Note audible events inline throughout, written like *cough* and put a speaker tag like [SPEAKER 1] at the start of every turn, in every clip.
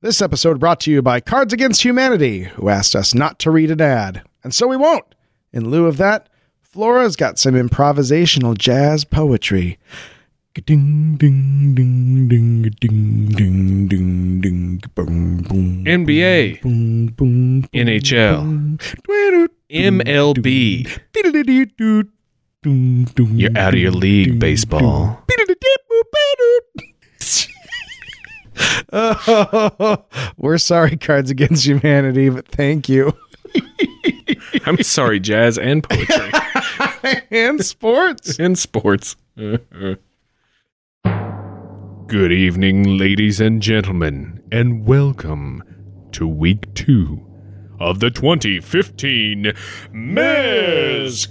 [SPEAKER 1] This episode brought to you by Cards Against Humanity, who asked us not to read an ad, and so we won't. In lieu of that, Flora's got some improvisational jazz poetry. Ding ding ding ding ding ding ding ding boom boom
[SPEAKER 2] NBA,
[SPEAKER 1] boom boom
[SPEAKER 2] NHL, MLB. You're
[SPEAKER 1] You're
[SPEAKER 2] out of your league, baseball.
[SPEAKER 1] Oh, *laughs* we're sorry, Cards Against Humanity, but thank you.
[SPEAKER 2] *laughs* I'm sorry, jazz and *laughs* poetry
[SPEAKER 1] and sports.
[SPEAKER 2] and sports. Good evening, ladies and gentlemen, and welcome to week two of the 2015 Miss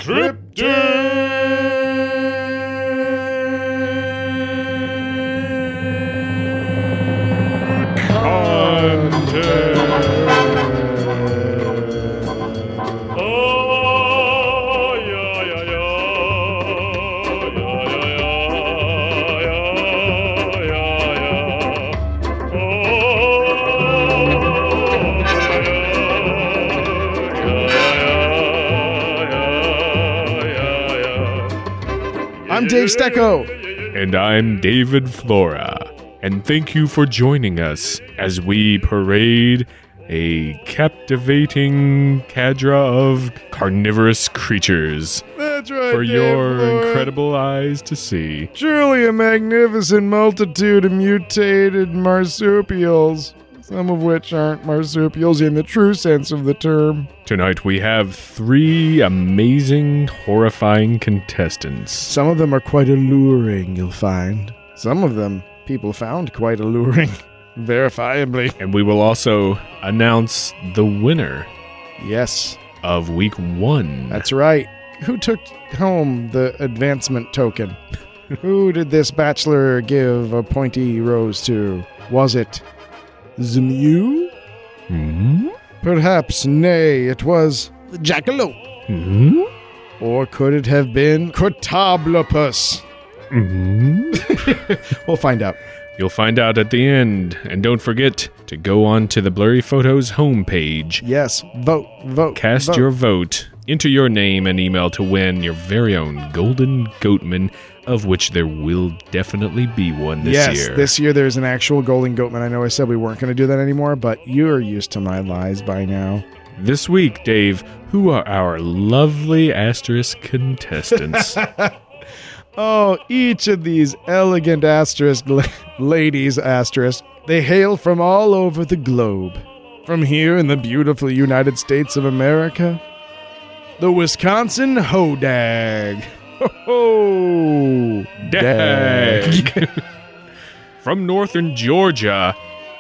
[SPEAKER 1] I'm Dave Stecco.
[SPEAKER 2] And I'm David Flora. And thank you for joining us as we parade a captivating cadre of carnivorous creatures
[SPEAKER 1] That's right.
[SPEAKER 2] for
[SPEAKER 1] Dave
[SPEAKER 2] your
[SPEAKER 1] Floyd.
[SPEAKER 2] incredible eyes to see.
[SPEAKER 1] Truly a magnificent multitude of mutated marsupials, some of which aren't marsupials in the true sense of the term.
[SPEAKER 2] Tonight we have three amazing, horrifying contestants.
[SPEAKER 1] Some of them are quite alluring, you'll find. Some of them people found quite alluring, verifiably.
[SPEAKER 2] And we will also announce the winner
[SPEAKER 1] Yes,
[SPEAKER 2] of week one.
[SPEAKER 1] that's right. Who took home the advancement token? *laughs* Who did this bachelor give a pointy rose to? Was it Zmu? Mm-hmm.
[SPEAKER 2] Hmm?
[SPEAKER 1] Perhaps, nay, it was the jackalope.
[SPEAKER 2] Hmm?
[SPEAKER 1] Or could it have been Cryptoblopus?
[SPEAKER 2] Hmm?
[SPEAKER 1] Mm-hmm. *laughs* We'll find out.
[SPEAKER 2] You'll find out at the end. And don't forget to go on to the Blurry Photos homepage,
[SPEAKER 1] Yes, vote, vote.
[SPEAKER 2] cast
[SPEAKER 1] vote.
[SPEAKER 2] your vote, enter your name and email to win your very own Golden Goatman, of which there will definitely be one this
[SPEAKER 1] yes,
[SPEAKER 2] year.
[SPEAKER 1] this year there's an actual Golden Goatman. I know I said we weren't going to do that anymore, but you're used to my lies by now.
[SPEAKER 2] This week, Dave, who are our lovely
[SPEAKER 1] *laughs*
[SPEAKER 2] asterisk contestants?
[SPEAKER 1] Oh, each of these elegant asterisk la- ladies, asterisk, they hail from all over the globe. From here in the beautiful United States of America, the Wisconsin Hodag. *laughs* Ho ho!
[SPEAKER 2] Dag. *laughs* From northern Georgia,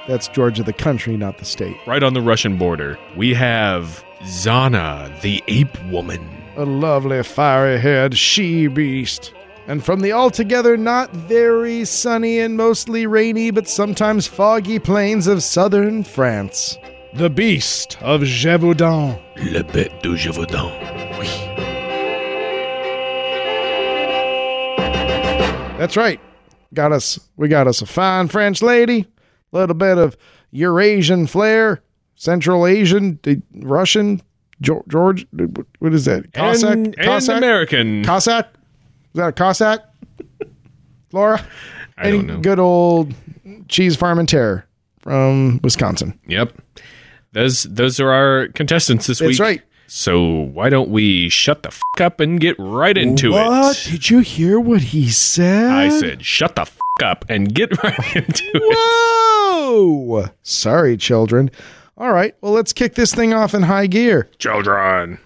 [SPEAKER 1] That's Georgia, the country, not the state.
[SPEAKER 2] right on the Russian border, we have Zana, the ape woman.
[SPEAKER 1] A lovely fiery haired she beast. And from the altogether not very sunny and mostly rainy but sometimes foggy plains of southern France, the beast of Gévaudan.
[SPEAKER 2] Le bête de Gévaudan.
[SPEAKER 1] That's right. Got us, we got us a fine French lady, little bit of Eurasian flair, Central Asian, the Russian, Geor- George, what is that? Cossack?
[SPEAKER 2] and, and
[SPEAKER 1] Cossack?
[SPEAKER 2] American.
[SPEAKER 1] Cossack? Is that a Cossack? Laura?
[SPEAKER 2] I don't know.
[SPEAKER 1] good old cheese farm and terror from Wisconsin.
[SPEAKER 2] Yep. Those those are our contestants this
[SPEAKER 1] That's
[SPEAKER 2] week.
[SPEAKER 1] right.
[SPEAKER 2] So why don't we shut the f- up and get right into it?
[SPEAKER 1] Did you hear what he said?
[SPEAKER 2] I said, shut the f- up and get *laughs* right into it.
[SPEAKER 1] Whoa! Sorry, children. All right, well, let's kick this thing off in high gear
[SPEAKER 2] Children.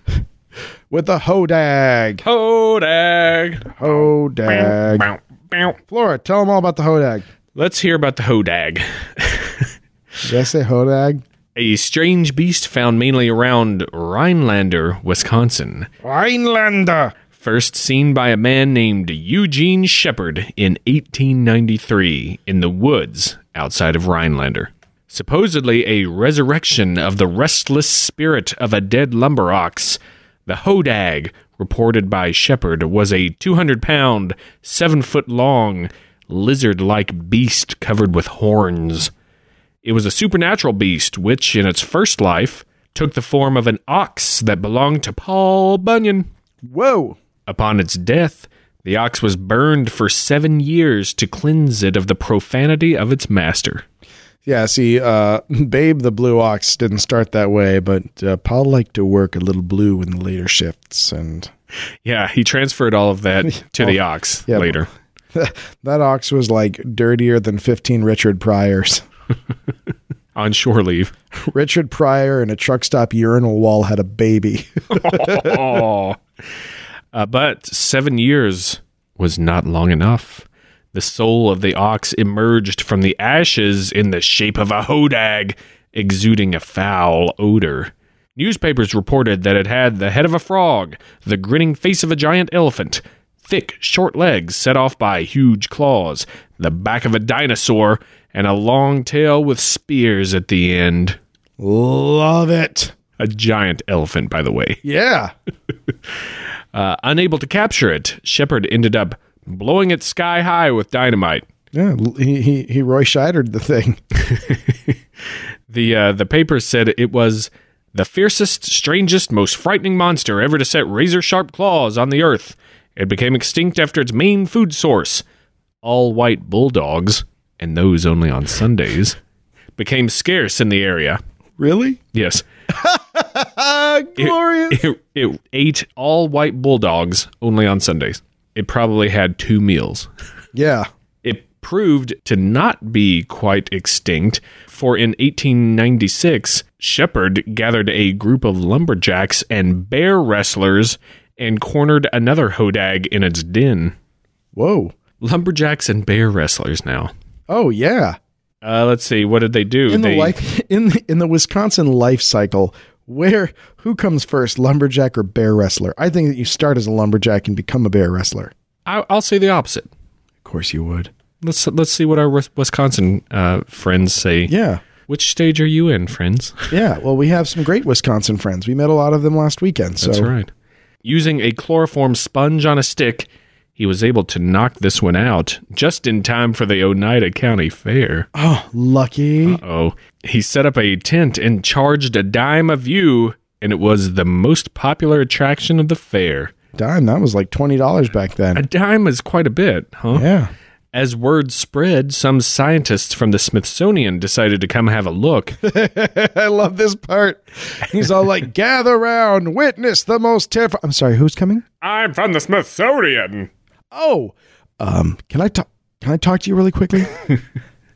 [SPEAKER 1] with a hodag.
[SPEAKER 2] Hodag.
[SPEAKER 1] Hodag.
[SPEAKER 2] Bow, bow.
[SPEAKER 1] Flora, tell them all about the hodag.
[SPEAKER 2] Let's hear about the hodag.
[SPEAKER 1] Did I say hodag?
[SPEAKER 2] A strange beast found mainly around Rhinelander, Wisconsin.
[SPEAKER 1] Rhinelander.
[SPEAKER 2] first seen by a man named Eugene Shepard in 1893 in the woods outside of Rhinelander. Supposedly a resurrection of the restless spirit of a dead lumber ox, the hodag, reported by Shepard, was a 200 pound, 7 foot long, lizard like beast covered with horns. It was a supernatural beast which, in its first life, took the form of an ox that belonged to Paul Bunyan.
[SPEAKER 1] Whoa!
[SPEAKER 2] Upon its death, the ox was burned for seven years to cleanse it of the profanity of its master.
[SPEAKER 1] Yeah, see, uh, *laughs* Babe the Blue Ox didn't start that way, but uh, Paul liked to work a little blue in the later shifts, and
[SPEAKER 2] Yeah, he transferred all of that to the ox
[SPEAKER 1] yeah,
[SPEAKER 2] later.
[SPEAKER 1] that ox was like dirtier than 15 Richard Pryors. *laughs*
[SPEAKER 2] On shore leave.
[SPEAKER 1] Richard Pryor in a truck stop urinal wall had a baby. *laughs*
[SPEAKER 2] Oh. Uh, but seven years was not long enough. The soul of the ox emerged from the ashes in the shape of a hodag, exuding a foul odor. Newspapers reported that it had the head of a frog, the grinning face of a giant elephant, thick, short legs set off by huge claws, the back of a dinosaur, and a long tail with spears at the end.
[SPEAKER 1] Love it.
[SPEAKER 2] A giant elephant, by the way.
[SPEAKER 1] Yeah.
[SPEAKER 2] Uh, unable to capture it, Shepard ended up blowing it sky high with dynamite.
[SPEAKER 1] Yeah, l- he, he, he Roy Scheidered the thing. *laughs*
[SPEAKER 2] The uh, the paper said it was the fiercest, strangest, most frightening monster ever to set razor sharp claws on the earth. It became extinct after its main food source, all white bulldogs, and those only on Sundays, became scarce in the area.
[SPEAKER 1] Really?
[SPEAKER 2] Yes, *laughs*
[SPEAKER 1] Ah, glorious.
[SPEAKER 2] it, it ate all white bulldogs only on Sundays. It probably had two meals.
[SPEAKER 1] *laughs* yeah.
[SPEAKER 2] it proved to not be quite extinct, for in 1896, Shepard gathered a group of lumberjacks and bear wrestlers and cornered another hodag in its den.
[SPEAKER 1] Whoa.
[SPEAKER 2] Lumberjacks and bear wrestlers now.
[SPEAKER 1] Oh, yeah.
[SPEAKER 2] Uh, let's see, what did they do?
[SPEAKER 1] In
[SPEAKER 2] they,
[SPEAKER 1] the life *laughs* in the, in the Wisconsin life cycle, where who comes first, lumberjack or bear wrestler? I think that you start as a lumberjack and become a bear wrestler.
[SPEAKER 2] I, I'll say the opposite.
[SPEAKER 1] Of course you would.
[SPEAKER 2] Let's let's see what our Wis- Wisconsin uh, friends say.
[SPEAKER 1] Yeah.
[SPEAKER 2] Which stage are you in, friends?
[SPEAKER 1] Yeah. Well, we have some great Wisconsin friends. We met a lot of them last weekend. So
[SPEAKER 2] That's right. Using a chloroform sponge on a stick, he was able to knock this one out just in time for the Oneida County Fair.
[SPEAKER 1] oh, lucky.
[SPEAKER 2] Oh, he set up a tent and charged a dime a view, and it was the most popular attraction of the fair.
[SPEAKER 1] Dime, that was like $20 back
[SPEAKER 2] A
[SPEAKER 1] then.
[SPEAKER 2] dime is quite a bit, huh?
[SPEAKER 1] Yeah. *laughs*
[SPEAKER 2] As word spread, some scientists from the Smithsonian decided to come have a look.
[SPEAKER 1] I love this part. He's all like, gather round, witness the most terrifying. I'm sorry, who's coming?
[SPEAKER 2] *laughs* I'm from the Smithsonian.
[SPEAKER 1] Oh, um, can I talk? Can I talk to you really
[SPEAKER 2] *laughs*
[SPEAKER 1] quickly?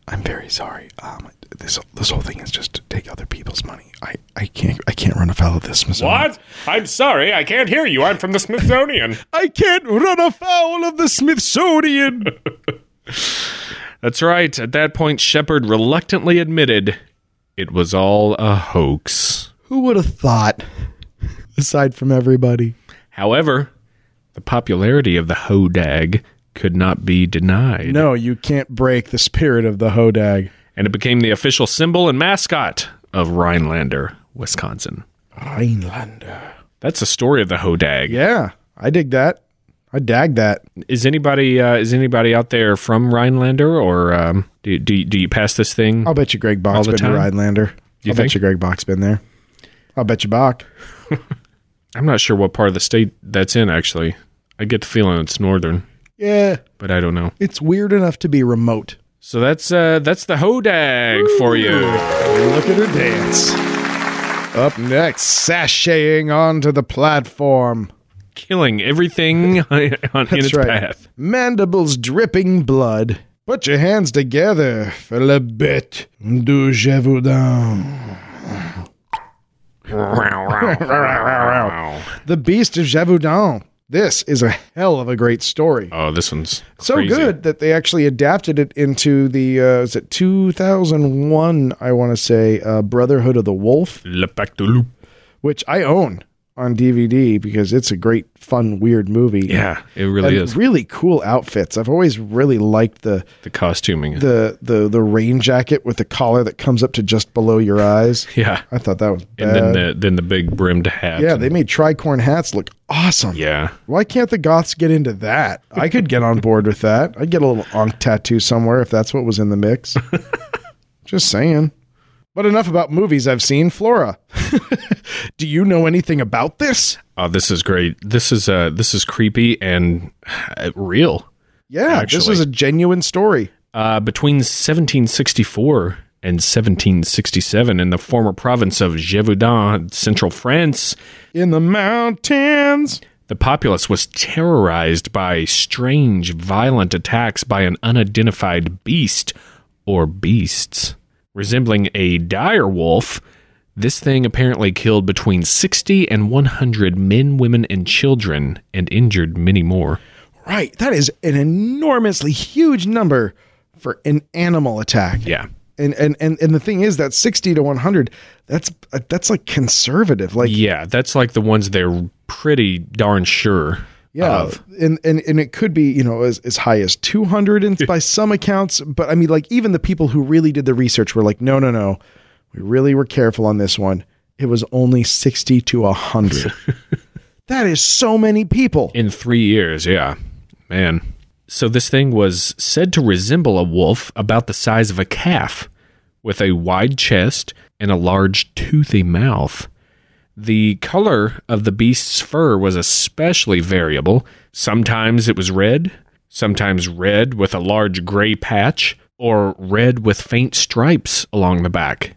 [SPEAKER 1] I'm very sorry. Um, this this whole thing is just to take other people's money. I, I can't I can't run afoul of this. Smithsonian.
[SPEAKER 2] *laughs* I'm sorry, I can't hear you. I'm from the Smithsonian.
[SPEAKER 1] I can't run afoul of the Smithsonian.
[SPEAKER 2] That's right. At that point, Shepard reluctantly admitted it was all a hoax.
[SPEAKER 1] Who would have thought? Aside from everybody,
[SPEAKER 2] However, the popularity of the hodag could not be denied,
[SPEAKER 1] no, you can't break the spirit of the hodag.
[SPEAKER 2] and it became the official symbol and mascot of Rhinelander, Wisconsin.
[SPEAKER 1] Rhinelander.
[SPEAKER 2] That's the story of the hodag.
[SPEAKER 1] Yeah, I dig that. I dag that.
[SPEAKER 2] Is anybody uh, is anybody out there from Rhinelander, or um, do, do do you pass this thing?
[SPEAKER 1] I'll bet you Greg Bach's
[SPEAKER 2] the
[SPEAKER 1] been to
[SPEAKER 2] time?
[SPEAKER 1] Rhinelander.
[SPEAKER 2] You
[SPEAKER 1] I'll
[SPEAKER 2] think?
[SPEAKER 1] bet you Greg Bach's been there. I'll bet you Bach.
[SPEAKER 2] I'm not sure what part of the state that's in. Actually, I get the feeling it's northern,
[SPEAKER 1] Yeah,
[SPEAKER 2] but I don't know.
[SPEAKER 1] it's weird enough to be remote.
[SPEAKER 2] So that's uh, that's the hodag for you.
[SPEAKER 1] Look at her dance. Up next, sashaying onto the platform.
[SPEAKER 2] killing everything *laughs* on, on, in its
[SPEAKER 1] right.
[SPEAKER 2] path.
[SPEAKER 1] Mandibles dripping blood. Put your hands together for la bête du Gévaudan. The Beast of Gévaudan. This is a hell of a great story.
[SPEAKER 2] oh, this one's
[SPEAKER 1] so
[SPEAKER 2] crazy.
[SPEAKER 1] good that they actually adapted it into the, uh, is it 2001, I want to say, uh, Brotherhood of the Wolf.
[SPEAKER 2] Le Pacte au Loup.
[SPEAKER 1] which I own on DVD because it's a great, fun, weird movie.
[SPEAKER 2] Yeah, it
[SPEAKER 1] And
[SPEAKER 2] really is.
[SPEAKER 1] really cool outfits. I've always really liked the
[SPEAKER 2] The costuming.
[SPEAKER 1] the the the rain jacket with the collar that comes up to just below your eyes.
[SPEAKER 2] yeah.
[SPEAKER 1] I thought that was
[SPEAKER 2] And
[SPEAKER 1] bad.
[SPEAKER 2] then the then the big brimmed hat.
[SPEAKER 1] Uh, yeah,
[SPEAKER 2] and-
[SPEAKER 1] they made tricorn hats look awesome.
[SPEAKER 2] yeah.
[SPEAKER 1] Why can't the goths get into that? I
[SPEAKER 2] *laughs*
[SPEAKER 1] could get on board with that. I'd get a little onk tattoo somewhere if that's what was in the mix. Just saying. But enough about movies I've seen. Flora, *laughs* do you know anything about this?
[SPEAKER 2] Oh, this is great. This is uh, this is creepy and uh, real.
[SPEAKER 1] Yeah, this
[SPEAKER 2] Actually.
[SPEAKER 1] is a genuine story.
[SPEAKER 2] Uh, between 1764 and 1767, in the former province of Gévaudan, central France,
[SPEAKER 1] In the mountains.
[SPEAKER 2] the populace was terrorized by strange, violent attacks by an unidentified beast or beasts. Resembling a dire wolf, this thing apparently killed between 60 and 100 men, women, and children and injured many more.
[SPEAKER 1] Right. That is an enormously huge number for an animal attack.
[SPEAKER 2] Yeah.
[SPEAKER 1] And and and, and the thing is that 60 to 100, that's uh, that's like conservative. Like
[SPEAKER 2] Yeah, that's like the ones they're pretty darn sure
[SPEAKER 1] yeah.
[SPEAKER 2] of.
[SPEAKER 1] And and and it could be, you know, as as high as 200 and by some accounts, but I mean like even the people who really did the research were like, "No, no, no. We really were careful on this one. It was only 60 to
[SPEAKER 2] *laughs*
[SPEAKER 1] 100." that is so many people.
[SPEAKER 2] In three years, yeah. Man. So this thing was said to resemble a wolf about the size of a calf, with a wide chest and a large toothy mouth. The color of the beast's fur was especially variable. Sometimes it was red, sometimes red with a large gray patch, or red with faint stripes along the back.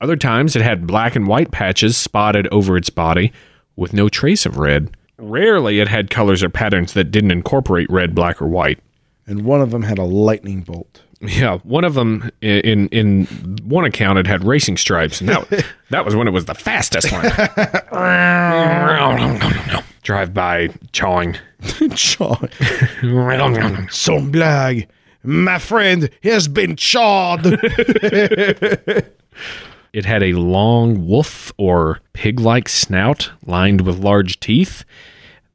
[SPEAKER 2] Other times it had black and white patches spotted over its body with no trace of red. Rarely it had colors or patterns that didn't incorporate red, black, or white.
[SPEAKER 1] And one of them had a lightning bolt. *laughs*
[SPEAKER 2] Yeah, one of them i- in in one account it had racing stripes, and that that was when it was the fastest one. Drive by chawing.
[SPEAKER 1] Chawed. Some blag. My friend has been *laughs* chawed.
[SPEAKER 2] It had a long wolf or pig like snout lined with large teeth.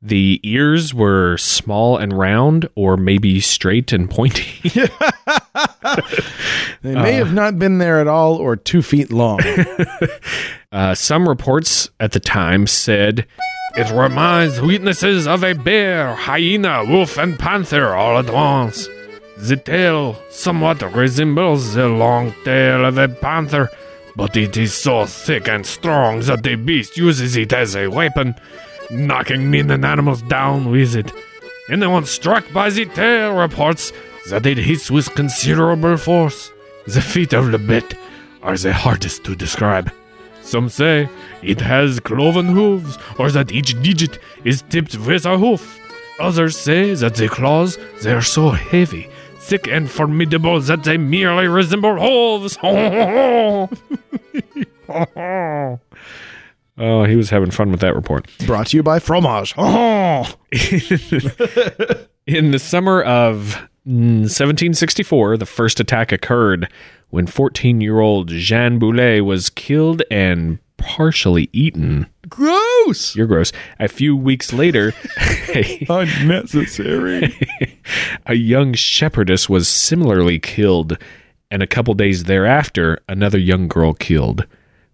[SPEAKER 2] The ears were small and round, or maybe straight and pointy.
[SPEAKER 1] They may have not been there at all or two feet *laughs* long.
[SPEAKER 2] Uh, some reports at the time said it reminds witnesses of a bear, hyena, wolf, and panther all at once. The tail somewhat resembles the long tail of a panther, but it is so thick and strong that the beast uses it as a weapon, knocking men and animals down with it. Anyone struck by the tail reports that it hits with considerable force. The feet of the bit are the hardest to describe. Some say it has cloven hooves, or that each digit is tipped with a hoof. Others say that the claws they are so heavy, thick, and formidable that they merely resemble hooves. *laughs* oh, he was having fun with that report.
[SPEAKER 1] Brought to you by Fromage. Oh,
[SPEAKER 2] In the summer of mm, 1764, the first attack occurred when 14 year old Jean Boulet was killed and partially eaten.
[SPEAKER 1] gross.
[SPEAKER 2] You're gross. A few weeks later, *laughs* a,
[SPEAKER 1] Unnecessary.
[SPEAKER 2] a young shepherdess was similarly killed, and a couple days thereafter, another young girl killed.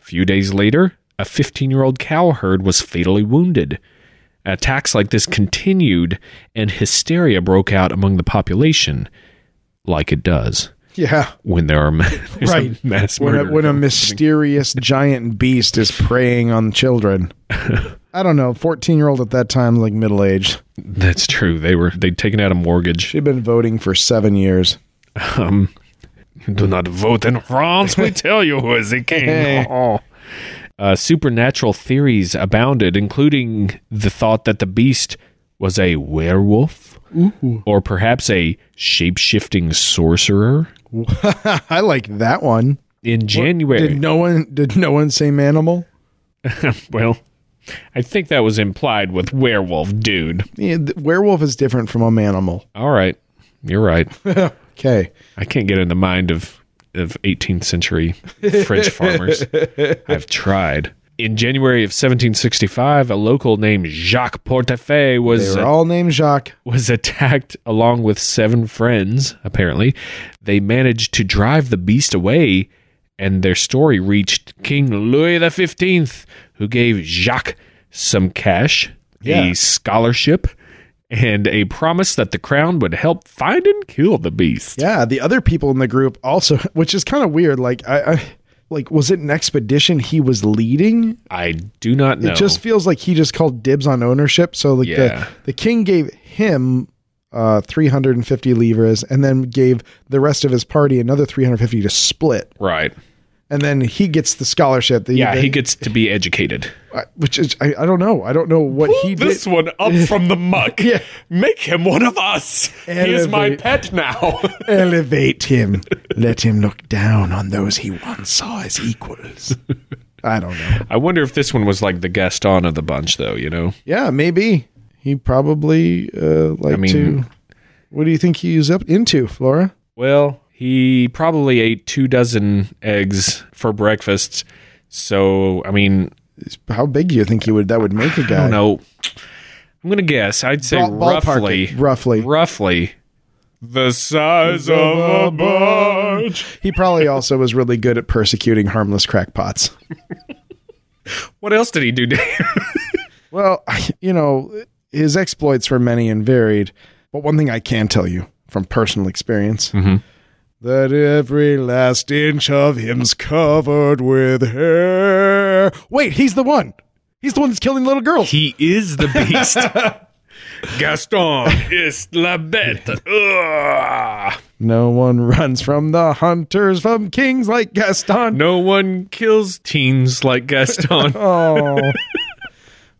[SPEAKER 2] A few days later, a 15 year old cowherd was fatally wounded. Attacks like this continued, and hysteria broke out among the population, like it does
[SPEAKER 1] *laughs* yeah.
[SPEAKER 2] when there are ma- *laughs* there's a
[SPEAKER 1] Right.
[SPEAKER 2] mass
[SPEAKER 1] When a,
[SPEAKER 2] murder.
[SPEAKER 1] when a mysterious giant beast is preying on *laughs* children. I don't know. 14 year old at that time, like middle aged.
[SPEAKER 2] That's true. They were they'd taken out a mortgage.
[SPEAKER 1] She'd been voting for seven years. *laughs*
[SPEAKER 2] Um, do not vote in France. We tell you who is the king. *laughs* Uh, supernatural theories abounded, including the thought that the beast was a werewolf, or perhaps a shape-shifting sorcerer.
[SPEAKER 1] I like that one.
[SPEAKER 2] In January,
[SPEAKER 1] Did no one did no one say manimal?
[SPEAKER 2] well, I think that was implied with werewolf, dude.
[SPEAKER 1] Yeah, th- werewolf is different from a manimal.
[SPEAKER 2] All right, you're right.
[SPEAKER 1] Okay.
[SPEAKER 2] I can't get in the mind of of 18th century
[SPEAKER 1] *laughs*
[SPEAKER 2] French farmers. I've tried. In January of 1765, a local named Jacques Portefeuille
[SPEAKER 1] They
[SPEAKER 2] was
[SPEAKER 1] were all named Jacques.
[SPEAKER 2] was attacked along with seven friends. Apparently, they managed to drive the beast away, and their story reached King Louis the Fifteenth, who gave Jacques some cash,
[SPEAKER 1] Yeah.
[SPEAKER 2] a scholarship, and a promise that the crown would help find and kill the beast.
[SPEAKER 1] Yeah, the other people in the group also, *laughs* which is kind of weird. Like I, I, like was it an expedition he was leading?
[SPEAKER 2] I do not know.
[SPEAKER 1] It just feels like he just called dibs on ownership. So like
[SPEAKER 2] Yeah.
[SPEAKER 1] the the king gave him uh 350 livres and then gave the rest of his party another 350 to split.
[SPEAKER 2] right.
[SPEAKER 1] And then he gets the scholarship. that
[SPEAKER 2] Yeah,
[SPEAKER 1] they-
[SPEAKER 2] he gets to be educated.
[SPEAKER 1] I- which is I, I don't know. I don't know what he did.
[SPEAKER 2] this one up from the muck.
[SPEAKER 1] Yeah.
[SPEAKER 2] Make him one of us. He is my
[SPEAKER 1] Elevate.
[SPEAKER 2] pet now.
[SPEAKER 1] *laughs*
[SPEAKER 2] *laughs*
[SPEAKER 1] Elevate him. Let him look down on those he once saw as
[SPEAKER 2] *laughs*
[SPEAKER 1] equals. I don't know.
[SPEAKER 2] I wonder if this one was like the Gaston of the bunch, though, you know?
[SPEAKER 1] Yeah, maybe he probably uh, like
[SPEAKER 2] mean-
[SPEAKER 1] to. What do you think he was up into, Flora?
[SPEAKER 2] Well, he probably ate two dozen eggs for breakfast. So, I mean,
[SPEAKER 1] How big do you think he would that would make a guy?
[SPEAKER 2] I don't know. I'm going to guess. I'd say
[SPEAKER 1] Uh, Ball- ballpark
[SPEAKER 2] roughly.
[SPEAKER 1] it, roughly.
[SPEAKER 2] Roughly. The size of a bunch.
[SPEAKER 1] He probably also was really good at persecuting harmless crackpots.
[SPEAKER 2] What else did he do, Dave?
[SPEAKER 1] Well, *laughs* you know, his exploits were many and varied, but one thing I can tell you from personal experience
[SPEAKER 2] Mm-hmm.
[SPEAKER 1] that every last inch of him's covered with hair. Wait, he's the one. He's the one that's killing little girls.
[SPEAKER 2] He is the beast. *laughs* Gaston is la bête. Ugh.
[SPEAKER 1] No one runs from the hunters from kings like Gaston.
[SPEAKER 2] No one kills teens like *laughs* Gaston.
[SPEAKER 1] Oh.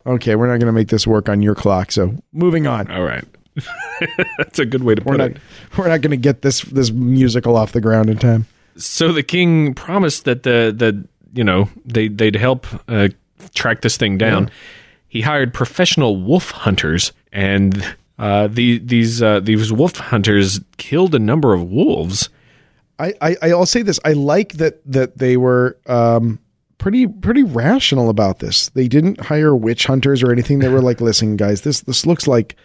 [SPEAKER 1] okay, we're not going to make this work on your clock. So moving on.
[SPEAKER 2] All right. *laughs* That's a good way to put
[SPEAKER 1] We're not,
[SPEAKER 2] it.
[SPEAKER 1] we're not going to get this this musical off the ground in time.
[SPEAKER 2] So the king promised that the the you know they they'd help uh, track this thing down. He hired professional wolf hunters, and uh, the, these uh, these wolf hunters killed a number of wolves.
[SPEAKER 1] I, I I'll say this. I like that that they were um pretty pretty rational about this. They didn't hire witch hunters or anything. They were *laughs* like, listen, guys, this this looks like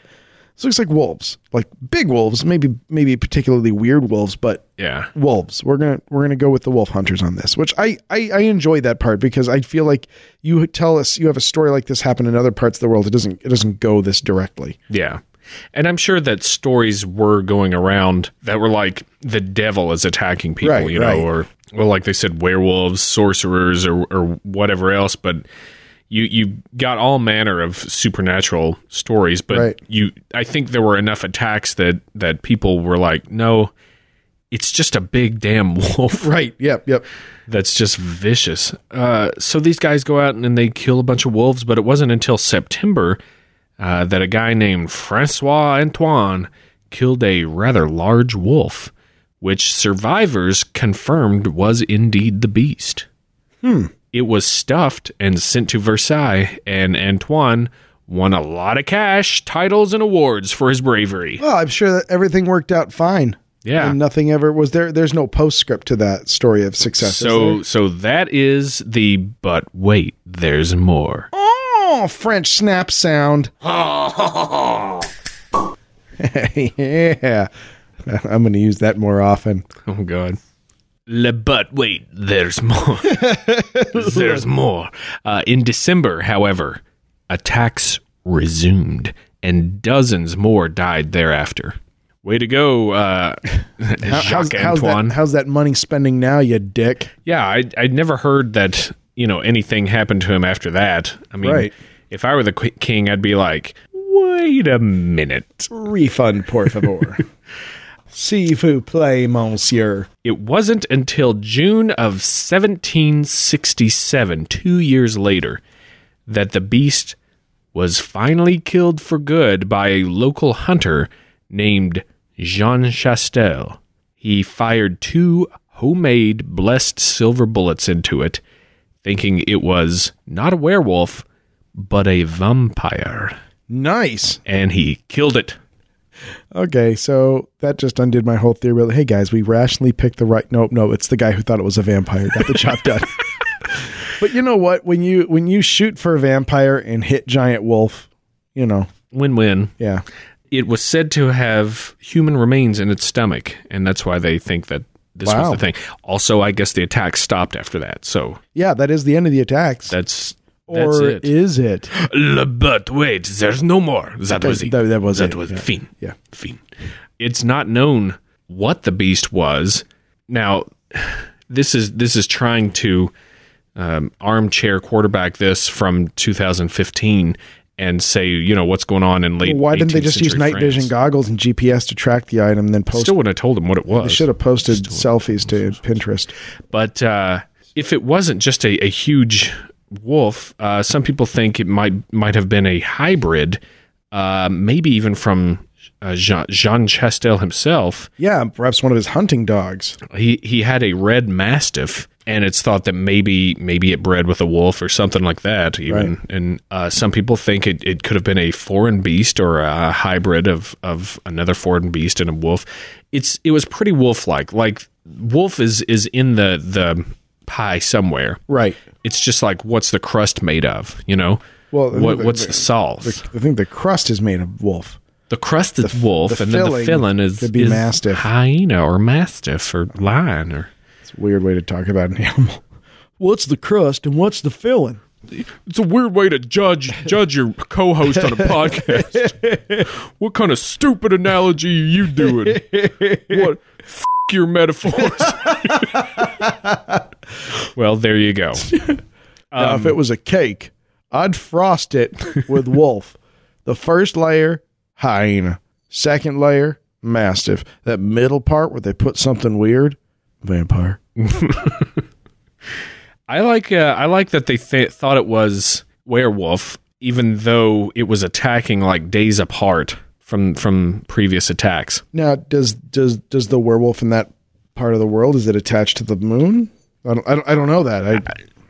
[SPEAKER 1] this looks like wolves, like big wolves, maybe maybe particularly weird wolves, but
[SPEAKER 2] Yeah,
[SPEAKER 1] wolves. We're gonna we're gonna go with the wolf hunters on this, which I, I I enjoy that part because I feel like you tell us you have a story like this happen in other parts of the world. It doesn't it doesn't go this directly.
[SPEAKER 2] Yeah. And I'm sure that stories were going around that were like the devil is attacking people,
[SPEAKER 1] Right,
[SPEAKER 2] you
[SPEAKER 1] right.
[SPEAKER 2] know, or well, like they said, werewolves, sorcerers, or or whatever else. But you you got all manner of supernatural stories, but
[SPEAKER 1] Right.
[SPEAKER 2] you I think there were enough attacks that that people were like, no, it's just a big damn *laughs* wolf
[SPEAKER 1] Right. Yep. Yep.
[SPEAKER 2] that's just vicious. Uh, so these guys go out and then they kill a bunch of wolves, but it wasn't until September uh, that a guy named Francois Antoine killed a rather large wolf, which survivors confirmed was indeed the beast. It was stuffed and sent to Versailles, and Antoine won a lot of cash, titles, and awards for his bravery.
[SPEAKER 1] Well, I'm sure that everything worked out fine.
[SPEAKER 2] Yeah.
[SPEAKER 1] And nothing ever was there. There's no postscript to that story of success. is there?
[SPEAKER 2] So, so that is the. But wait, there's more.
[SPEAKER 1] oh, French snap
[SPEAKER 2] *laughs*
[SPEAKER 1] sound. yeah. I'm going to use that more often. *laughs*
[SPEAKER 2] Oh God. Le, but wait, there's
[SPEAKER 1] *laughs*
[SPEAKER 2] more. there's more. Uh, in December, however, attacks resumed, and dozens more died thereafter. Way to go, uh,
[SPEAKER 1] *laughs*
[SPEAKER 2] Jacques
[SPEAKER 1] how's,
[SPEAKER 2] Antoine.
[SPEAKER 1] that, how's that money spending now, you dick?
[SPEAKER 2] yeah, I I never heard that you know anything happened to him after that. I mean,
[SPEAKER 1] Right.
[SPEAKER 2] if I were the qui- king, I'd be like, wait a minute.
[SPEAKER 1] refund, por *laughs* favor. Si vous plaît, monsieur.
[SPEAKER 2] It wasn't until June of 1767, two years later, that the beast was finally killed for good by a local hunter named Jean Chastel. He fired two homemade blessed silver bullets into it, thinking it was not a werewolf, but a vampire.
[SPEAKER 1] Nice.
[SPEAKER 2] And he killed it.
[SPEAKER 1] Okay, so that just undid my whole theory. Really, hey guys, we rationally picked the right. Nope, no, it's the guy who thought it was a vampire. Got the job done. but you know what? When you when you shoot for a vampire and hit giant wolf, you know,
[SPEAKER 2] Win win.
[SPEAKER 1] yeah,
[SPEAKER 2] it was said to have human remains in its stomach, and that's why they think that this
[SPEAKER 1] Wow.
[SPEAKER 2] was the thing. Also, I guess the attack stopped after that, so
[SPEAKER 1] yeah, that is the end of the attacks.
[SPEAKER 2] that's That's
[SPEAKER 1] or
[SPEAKER 2] it.
[SPEAKER 1] is it?
[SPEAKER 2] But wait, there's no more. That was it.
[SPEAKER 1] that- that was it, yeah.
[SPEAKER 2] Fin.
[SPEAKER 1] Yeah.
[SPEAKER 2] Fin. It's not known what the beast was. Now, this is this is trying to um, armchair quarterback this from 2015 and say, you know, what's going on in late.
[SPEAKER 1] Why didn't they just use night vision
[SPEAKER 2] God?
[SPEAKER 1] goggles and GPS to track the item, and then post?
[SPEAKER 2] Still would have told them what it was.
[SPEAKER 1] should have posted selfies to Pinterest.
[SPEAKER 2] But uh, if it wasn't just a, a huge wolf, uh, some people think it might might have been a hybrid, uh, maybe even from uh, Jean, Jean Chastel himself.
[SPEAKER 1] Yeah, perhaps one of his hunting dogs.
[SPEAKER 2] He he had a red mastiff, and it's thought that maybe maybe it bred with a wolf or something like that. Even and uh, some people think it, it could have been a foreign beast or a hybrid of of another foreign beast and a wolf. It's it was pretty wolf like. Like wolf is is in the the pie somewhere
[SPEAKER 1] Right.
[SPEAKER 2] it's just like what's the crust made of you know
[SPEAKER 1] Well,
[SPEAKER 2] what,
[SPEAKER 1] the-
[SPEAKER 2] what's
[SPEAKER 1] the-
[SPEAKER 2] the salve the,
[SPEAKER 1] I think the crust is made of wolf.
[SPEAKER 2] crust is wolf
[SPEAKER 1] the
[SPEAKER 2] and then the
[SPEAKER 1] filling
[SPEAKER 2] filling is,
[SPEAKER 1] could be
[SPEAKER 2] is
[SPEAKER 1] mastiff.
[SPEAKER 2] hyena or mastiff or lion or
[SPEAKER 1] It's a weird way to talk about an *laughs* animal. What's the crust and what's the filling?
[SPEAKER 2] it's a weird way to judge judge your co-host on a podcast *laughs* what kind of stupid analogy are you doing what f- your metaphors *laughs* well there you go
[SPEAKER 1] Now, if it was a cake, I'd frost it *laughs* with wolf. The first layer, hyena. Second layer, mastiff. That middle part where they put something weird, vampire.
[SPEAKER 2] I like uh, I like that they th- thought it was werewolf, even though it was attacking like days apart from from previous attacks.
[SPEAKER 1] Now, does does does the werewolf in that part of the world is it attached to the moon? I don't I don't, I don't know that. I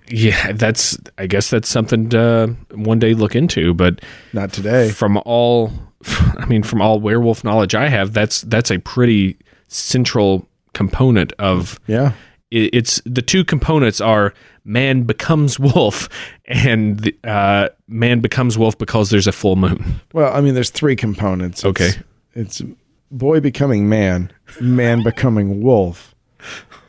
[SPEAKER 2] Yeah, that's I guess that's something to uh, one day look into. But
[SPEAKER 1] not today.
[SPEAKER 2] from all, *laughs* I mean, from all werewolf knowledge I have, that's that's a pretty central component of
[SPEAKER 1] Yeah.
[SPEAKER 2] it, it's the two components are man becomes wolf and uh, man becomes wolf because there's a full moon.
[SPEAKER 1] Well, I mean, there's three components. It's-
[SPEAKER 2] Okay.
[SPEAKER 1] It's, boy becoming man, *laughs* man becoming wolf,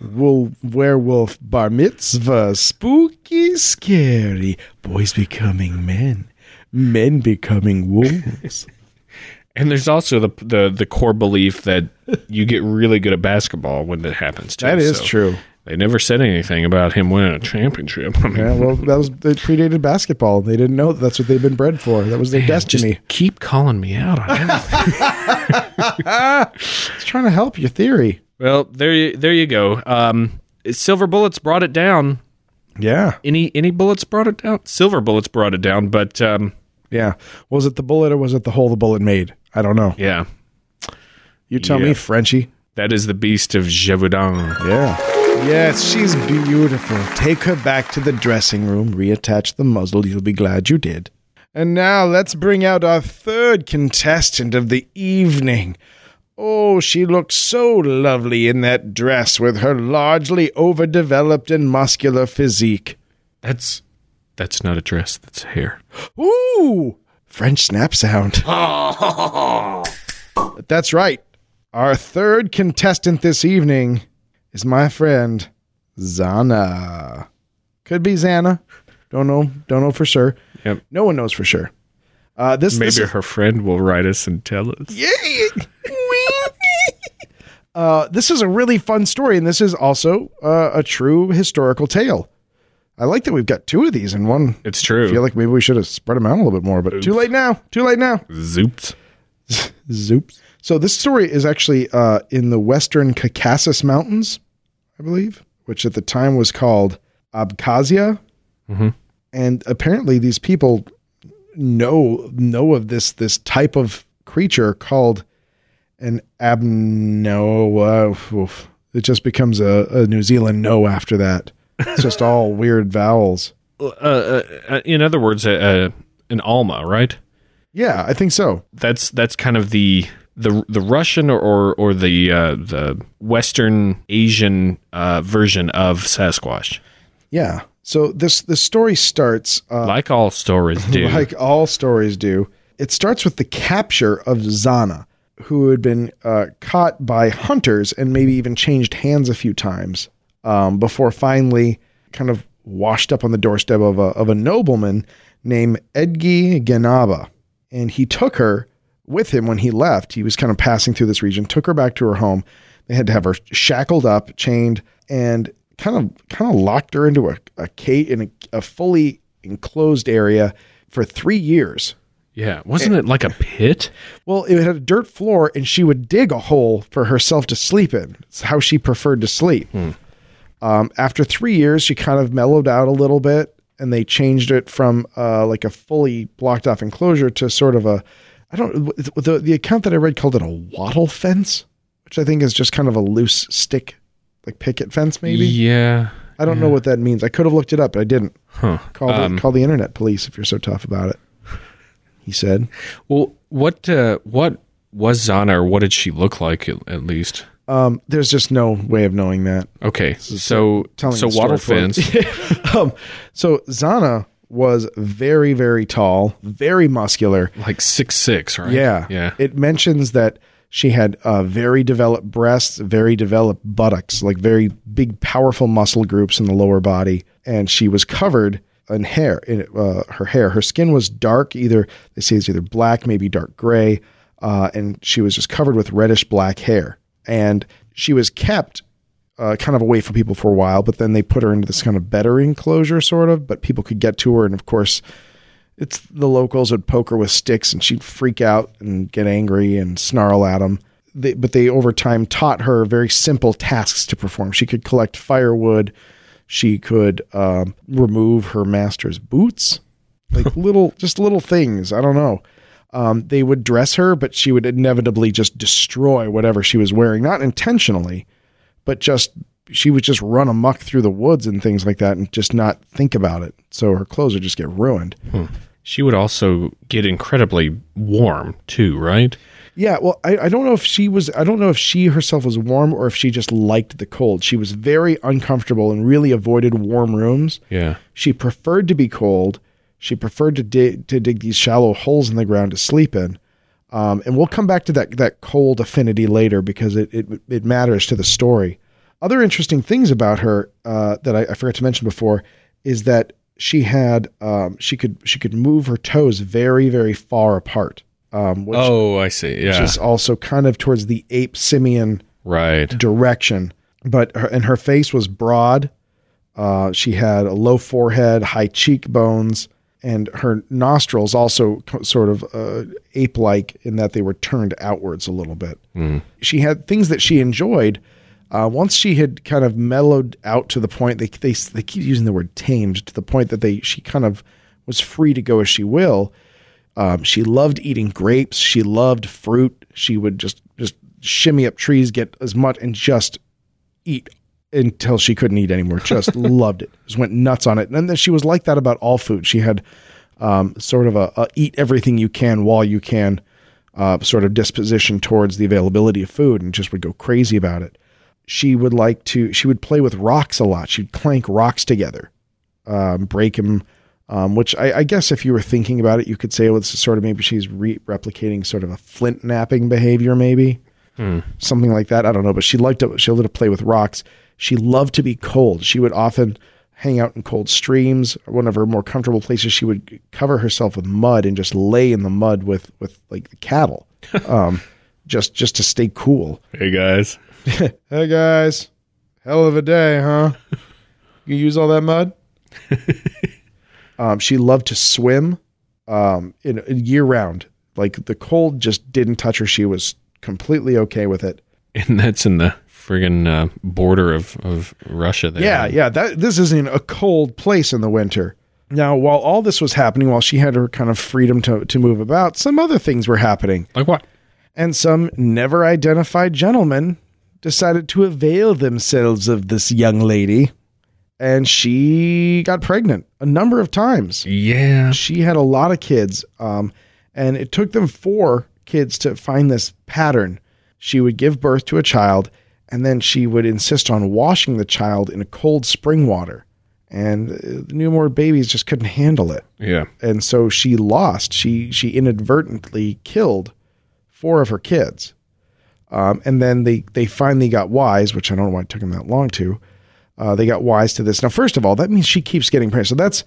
[SPEAKER 1] wolf, werewolf bar mitzvah, spooky, scary, boys becoming men, men becoming wolves.
[SPEAKER 2] And there's also the the the core belief that you get really good at basketball when that happens.
[SPEAKER 1] *laughs*
[SPEAKER 2] Too.
[SPEAKER 1] That is
[SPEAKER 2] So
[SPEAKER 1] true.
[SPEAKER 2] They never said anything about him winning a championship. I mean,
[SPEAKER 1] Yeah, well, that was they predated basketball. They didn't know that that's what they've been bred for. That was their
[SPEAKER 2] just
[SPEAKER 1] destiny.
[SPEAKER 2] keep calling me out
[SPEAKER 1] *laughs*
[SPEAKER 2] on everything.
[SPEAKER 1] It's trying to help your theory.
[SPEAKER 2] well, there you, there you go. Um, silver bullets brought it down.
[SPEAKER 1] Yeah,
[SPEAKER 2] Any any bullets brought it down. Silver bullets brought it down. But um,
[SPEAKER 1] yeah. Was it the bullet or was it the hole the bullet made? I don't know.
[SPEAKER 2] yeah,
[SPEAKER 1] You tell
[SPEAKER 2] Yeah.
[SPEAKER 1] me, Frenchie.
[SPEAKER 2] that is the beast of Gévaudan.
[SPEAKER 1] Yeah. Yes, she's beautiful. Take her back to the dressing room, reattach the muzzle. You'll be glad you did. And now let's bring out our third contestant of the evening. Oh, she looked so lovely in that dress with her largely overdeveloped and muscular physique.
[SPEAKER 2] That's that's not a dress. That's hair.
[SPEAKER 1] Ooh! French snap
[SPEAKER 2] *laughs*
[SPEAKER 1] sound. But That's right. Our third contestant this evening is my friend Zana. Could be Zana. Don't know. Don't know for sure.
[SPEAKER 2] Yep.
[SPEAKER 1] No one knows for sure. Uh, this
[SPEAKER 2] Maybe
[SPEAKER 1] this is-
[SPEAKER 2] her friend will write us and tell us.
[SPEAKER 1] *laughs* uh, this is a really fun story, and this is also uh, a true historical tale. I like that we've got two of these in one.
[SPEAKER 2] It's
[SPEAKER 1] I feel
[SPEAKER 2] true.
[SPEAKER 1] like maybe we should have spread them out a little bit more, but too late now. Too late now.
[SPEAKER 2] Zoops.
[SPEAKER 1] Zoops. So this story is actually uh, in the western Caucasus Mountains, I believe, which at the time was called Abkhazia. And apparently, these people know know of this this type of creature called an abno. Uh, oof. It just becomes a, a New Zealand no after that. It's just all weird vowels.
[SPEAKER 2] uh, uh, in other words, uh, uh, an Alma, right?
[SPEAKER 1] Yeah, I think so.
[SPEAKER 2] That's that's kind of the the the Russian or or, or the uh, the Western Asian uh, version of Sasquatch.
[SPEAKER 1] Yeah. So this this story starts. Uh,
[SPEAKER 2] Like all stories do.
[SPEAKER 1] like all stories do. It starts with the capture of Zana, who had been uh, caught by hunters and maybe even changed hands a few times um, before finally kind of washed up on the doorstep of a, of a nobleman named Edgi Ganaba. And he took her with him when he left. He was kind of passing through this region, took her back to her home. They had to have her shackled up, chained, and kind of kind of locked her into a, a cage in a, a fully enclosed area for three years.
[SPEAKER 2] Yeah, wasn't it like a pit?
[SPEAKER 1] Well, it had a dirt floor, and she would dig a hole for herself to sleep in. It's how she preferred to sleep.
[SPEAKER 2] Hmm.
[SPEAKER 1] Um, after three years, she kind of mellowed out a little bit, and they changed it from uh, like a fully blocked off enclosure to sort of a I don't the the account that I read called it a wattle fence, which I think is just kind of a loose stick, like picket fence maybe.
[SPEAKER 2] Yeah.
[SPEAKER 1] I don't know what that means. I could have looked it up, but I didn't.
[SPEAKER 2] Huh. Um,
[SPEAKER 1] Call the, call the internet police if you're so tough about it. He said.
[SPEAKER 2] Well, what uh, what was Zana, or what did she look like at, at least?
[SPEAKER 1] Um, there's just no way of knowing that.
[SPEAKER 2] Okay, so
[SPEAKER 1] telling
[SPEAKER 2] so
[SPEAKER 1] the story
[SPEAKER 2] wattle
[SPEAKER 1] for-
[SPEAKER 2] fence.
[SPEAKER 1] *laughs* Um, so Zana was very, very tall, very muscular.
[SPEAKER 2] like six six, right?
[SPEAKER 1] Yeah.
[SPEAKER 2] yeah.
[SPEAKER 1] It mentions that she had uh, very developed breasts, very developed buttocks, like very big, powerful muscle groups in the lower body. And she was covered in hair, in uh, her hair. Her skin was dark, either, they say it's either black, maybe dark gray. Uh, and she was just covered with reddish black hair. And she was kept uh, kind of away from people for a while, but then they put her into this kind of better enclosure, sort of. But people could get to her, and of course, it's the locals would poke her with sticks, and she'd freak out and get angry and snarl at them. They, but they over time taught her very simple tasks to perform. She could collect firewood. She could um, remove her master's boots, like little, just little things. I don't know. Um, they would dress her, but she would inevitably just destroy whatever she was wearing, not intentionally, but just she would just run amok through the woods and things like that and just not think about it. So her clothes would just get ruined.
[SPEAKER 2] She would also get incredibly warm too, right?
[SPEAKER 1] Yeah, well, I, I don't know if she was, I don't know if she herself was warm or if she just liked the cold. She was very uncomfortable and really avoided warm rooms.
[SPEAKER 2] Yeah.
[SPEAKER 1] She preferred to be cold. She preferred to dig, to dig these shallow holes in the ground to sleep in. Um, and we'll come back to that that cold affinity later because it it, it matters to the story. Other interesting things about her uh, that I, I forgot to mention before is that she had um, she could she could move her toes very very far apart, um, which
[SPEAKER 2] Oh, I see. Yeah,
[SPEAKER 1] is also kind of towards the ape simian
[SPEAKER 2] right.
[SPEAKER 1] direction. But her, and her face was broad. Uh, she had a low forehead, high cheekbones, and her nostrils also co- sort of uh, ape-like in that they were turned outwards a little bit. She had things that she enjoyed. Uh, once she had kind of mellowed out to the point they, they they keep using the word tamed to the point that they she kind of was free to go as she will. Um, she loved eating grapes. She loved fruit. She would just just shimmy up trees, get as much, and just eat until she couldn't eat anymore. Just loved it. Just went nuts on it. And then she was like that about all food. She had um, sort of a, a eat everything you can while you can uh, sort of disposition towards the availability of food, and just would go crazy about it. She would like to. She would play with rocks a lot. She'd clank rocks together um, break him. Um, which I, I guess if you were thinking about it, you could say, well, this is sort of maybe she's re- replicating sort of a flint napping behavior, maybe something like that. I don't know, but she liked to, she loved to play with rocks. She loved to be cold. She would often hang out in cold streams. One of her more comfortable places, she would cover herself with mud and just lay in the mud with, with like the cattle, um, just, just to stay cool.
[SPEAKER 2] Hey guys.
[SPEAKER 1] Hey guys, hell of a day, *laughs* huh? You use all that mud? *laughs* um, she loved to swim um, in, in year round. Like the cold just didn't touch her. She was completely okay with it.
[SPEAKER 2] And that's in the friggin' uh, border of, of Russia there.
[SPEAKER 1] Yeah, yeah. That this isn't a cold place in the winter. Now, while all this was happening, while she had her kind of freedom to, to move about, some other things were happening.
[SPEAKER 2] Like what? Yeah.
[SPEAKER 1] she had a lot of kids um, and it took them four kids to find this pattern she would give birth to a child and then she would insist on washing the child in cold spring water and uh, the newborn babies just couldn't handle it
[SPEAKER 2] Yeah.
[SPEAKER 1] and so she lost. She she inadvertently killed four of her kids, um, and then they they finally got wise, which I don't know why it took them that long to. uh, they got wise to this. Now, first of all, that means she keeps getting pregnant. So that's,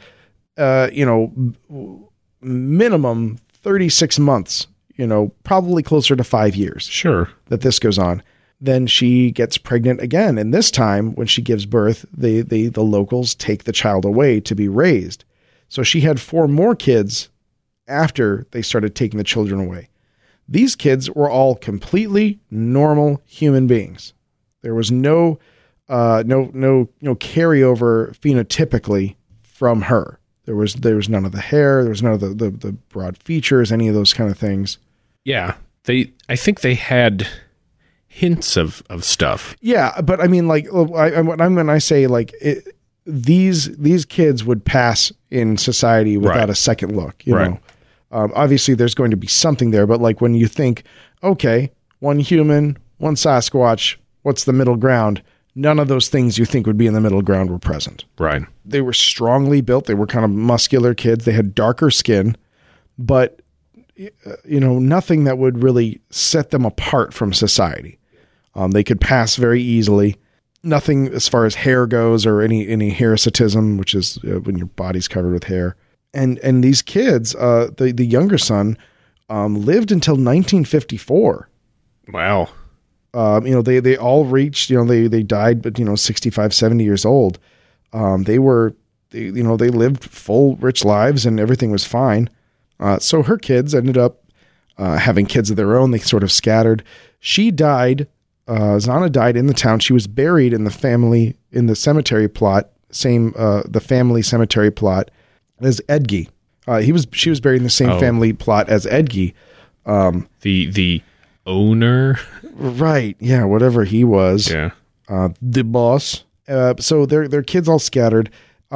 [SPEAKER 1] uh, you know, m- minimum 36 months, you know, probably closer to five years
[SPEAKER 2] Sure.
[SPEAKER 1] that this goes on. Then she gets pregnant again. And this time, when she gives birth, the, the, the locals take the child away to be raised. So she had four more kids after they started taking the children away. These kids were all completely normal human beings. There was no, uh, no, no, no carryover phenotypically from her. There was, there was none of the hair. There was none of the, the, the broad features, any of those kind of things.
[SPEAKER 2] Yeah. They I think they had hints of of stuff.
[SPEAKER 1] Yeah, but I mean, like, I, I, when I when I say like it, these these kids would pass in society without a
[SPEAKER 2] Right.
[SPEAKER 1] second look. You
[SPEAKER 2] Right.
[SPEAKER 1] know, um, obviously there's going to be something there, but like when you think, okay, one human, one Sasquatch, what's the middle ground? None of those things you think would be in the middle ground were present.
[SPEAKER 2] Right.
[SPEAKER 1] They were strongly built. They were kind of muscular kids. They had darker skin, but uh, you know nothing that would really set them apart from society. Um, they could pass very easily. Nothing as far as hair goes, or any any hairicetism, which is uh, when your body's covered with hair. And and these kids, uh, the the younger son, um, lived until 1954
[SPEAKER 2] Wow.
[SPEAKER 1] um, you know they they all reached you know they they died but you know 65 70 years old um, they were they, you know they lived full rich lives and everything was fine uh, so her kids ended up uh, having kids of their own they sort of scattered she died uh, zana died in the town she was buried in the family in the cemetery plot same uh, the family cemetery plot as edgy uh, he was she was buried in the same family plot as edgy
[SPEAKER 2] The the owner.
[SPEAKER 1] right yeah whatever he was
[SPEAKER 2] Yeah.
[SPEAKER 1] uh, the boss. Uh, so their their kids all scattered.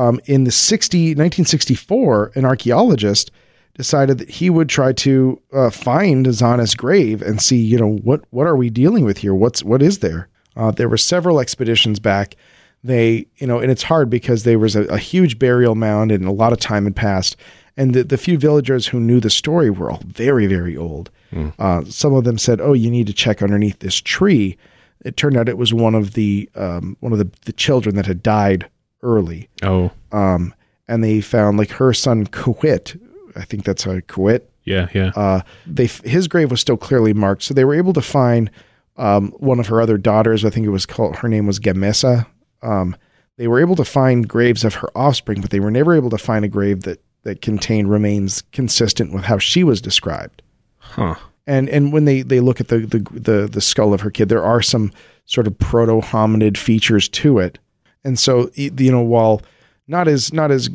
[SPEAKER 1] Um, in the 60, 1964, an archaeologist decided that he would try to uh, find Zana's grave and see, you know, what what are we dealing with here? What's what is there? Uh, there were several expeditions back. They, you know, and it's hard because there was a, a huge burial mound and a lot of time had passed. And the, the few villagers who knew the story were all very, very old. Uh, some of them said, "Oh, you need to check underneath this tree." It turned out it was one of the um, one of the, the children that had died early,
[SPEAKER 2] *laughs* Oh.
[SPEAKER 1] um, and they found like her son Kuwit. I think that's how Kuwit.
[SPEAKER 2] Yeah, yeah.
[SPEAKER 1] Uh, they his grave was still clearly marked, so they were able to find um, one of her other daughters. I think it was called her name was Gamesa. Um, they were able to find graves of her offspring, but they were never able to find a grave that that contained remains consistent with how she was described
[SPEAKER 2] huh.
[SPEAKER 1] and and when they they look at the the the, the skull of her kid, there are some sort of proto hominid features to it, and so y- you know while not as not as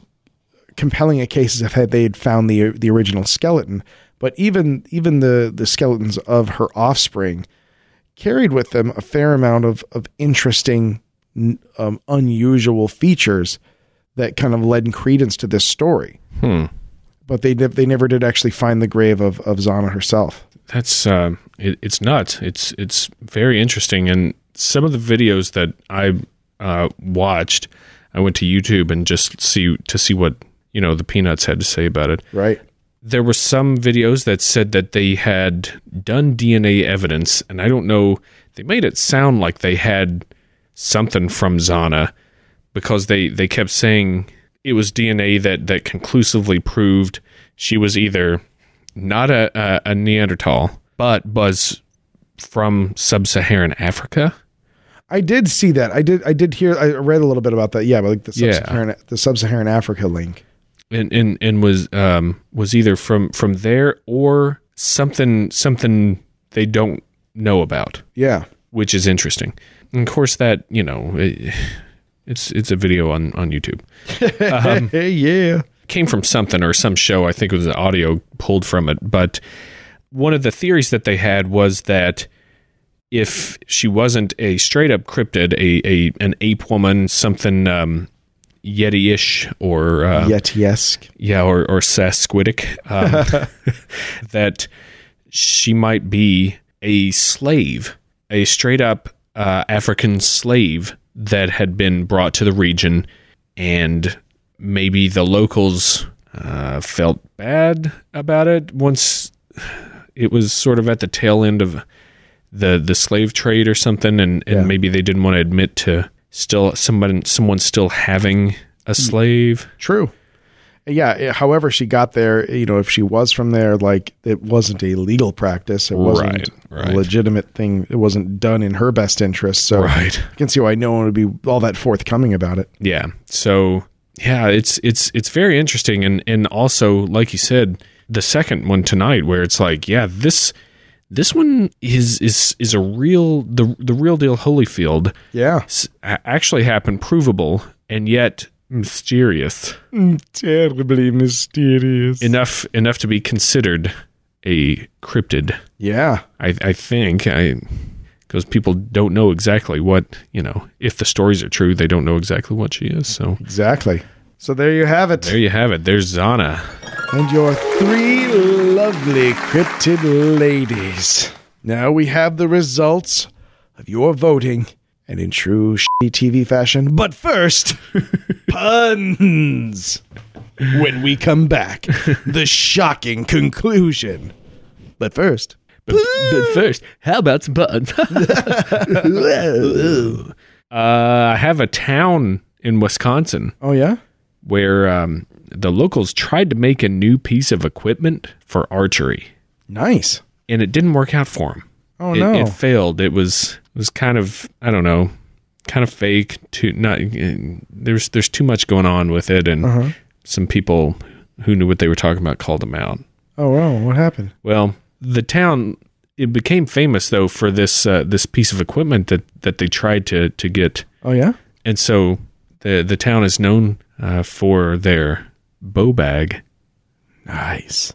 [SPEAKER 1] compelling a case as if had they had found the the original skeleton, but even even the the skeletons of her offspring carried with them a fair amount of of interesting n- um, unusual features that kind of led credence to this story.
[SPEAKER 2] Hmm.
[SPEAKER 1] But they nev- they never did actually find the grave of of Zana herself.
[SPEAKER 2] That's uh, it, it's nuts. It's it's very interesting, and some of the videos that I uh, watched, I went to YouTube and just see to see what you know the Peanuts had to say about it.
[SPEAKER 1] Right.
[SPEAKER 2] There were some videos that said that they had done DNA evidence, and I don't know. They made it sound like they had something from Zana because they they kept saying it was DNA that that conclusively proved she was either not a a, a Neanderthal but was from sub-Saharan Africa.
[SPEAKER 1] I did see that. I did. I did hear. I read a little bit about that. Yeah, but like the
[SPEAKER 2] Yeah.
[SPEAKER 1] sub-Saharan, the sub-Saharan Africa link.
[SPEAKER 2] and and and was um was either from from there or something something they don't know about,
[SPEAKER 1] Yeah,
[SPEAKER 2] which is interesting. And of course, that you know, it, it's it's a video on on YouTube.
[SPEAKER 1] *laughs*
[SPEAKER 2] Um,
[SPEAKER 1] hey, yeah,
[SPEAKER 2] came from something or some show. I think it was an audio pulled from it. But one of the theories that they had was that if she wasn't a straight up cryptid, a, a an ape woman, something um, Yeti ish or uh,
[SPEAKER 1] yet yes.
[SPEAKER 2] yeah, or or Sasquidic, um, that she might be a slave, a straight up uh, African slave that had been brought to the region, and maybe the locals uh, felt bad about it once it was sort of at the tail end of the the slave trade or something, and, and
[SPEAKER 1] Yeah.
[SPEAKER 2] maybe they didn't want to admit to still somebody someone's still having a slave.
[SPEAKER 1] True. Yeah. eh, However, she got there. You know, if she was from there, like it wasn't a legal practice. It wasn't
[SPEAKER 2] Right, right.
[SPEAKER 1] a legitimate thing. It wasn't done in her best interest. So
[SPEAKER 2] Right.
[SPEAKER 1] I can see why no one would be all that forthcoming about it.
[SPEAKER 2] Yeah. So yeah, it's it's it's very interesting and and also like you said, the second one tonight where it's like, yeah, this this one is is is a real the the real deal Holyfield
[SPEAKER 1] Yeah.
[SPEAKER 2] s- a- actually happened provable and yet mysterious
[SPEAKER 1] Terribly mysterious.
[SPEAKER 2] enough enough to be considered a cryptid.
[SPEAKER 1] yeah.
[SPEAKER 2] I I think I because people don't know exactly what you know if the stories are true they don't know exactly what she is so
[SPEAKER 1] Exactly. So there you have it.
[SPEAKER 2] there you have it there's zana
[SPEAKER 1] and your three lovely cryptid ladies. Now we have the results of your voting, and in true shitty TV fashion. But first, *laughs* puns. When we come *laughs* back, the shocking conclusion. But first,
[SPEAKER 2] But first, how about some *laughs* buttons? uh, I have a town in Wisconsin
[SPEAKER 1] oh yeah,
[SPEAKER 2] where um, the locals tried to make a new piece of equipment for archery,
[SPEAKER 1] nice.
[SPEAKER 2] and it didn't work out for them.
[SPEAKER 1] Oh
[SPEAKER 2] it,
[SPEAKER 1] no,
[SPEAKER 2] it failed. It was it was kind of I don't know, kind of fake. Too not there's there's too much going on with it, and
[SPEAKER 1] Uh-huh.
[SPEAKER 2] some people who knew what they were talking about called them out.
[SPEAKER 1] oh wow, what happened?
[SPEAKER 2] Well, the town it became famous though for this uh, this piece of equipment that that they tried to to get,
[SPEAKER 1] Oh yeah,
[SPEAKER 2] and so the the town is known uh, for their bow bag.
[SPEAKER 1] Nice.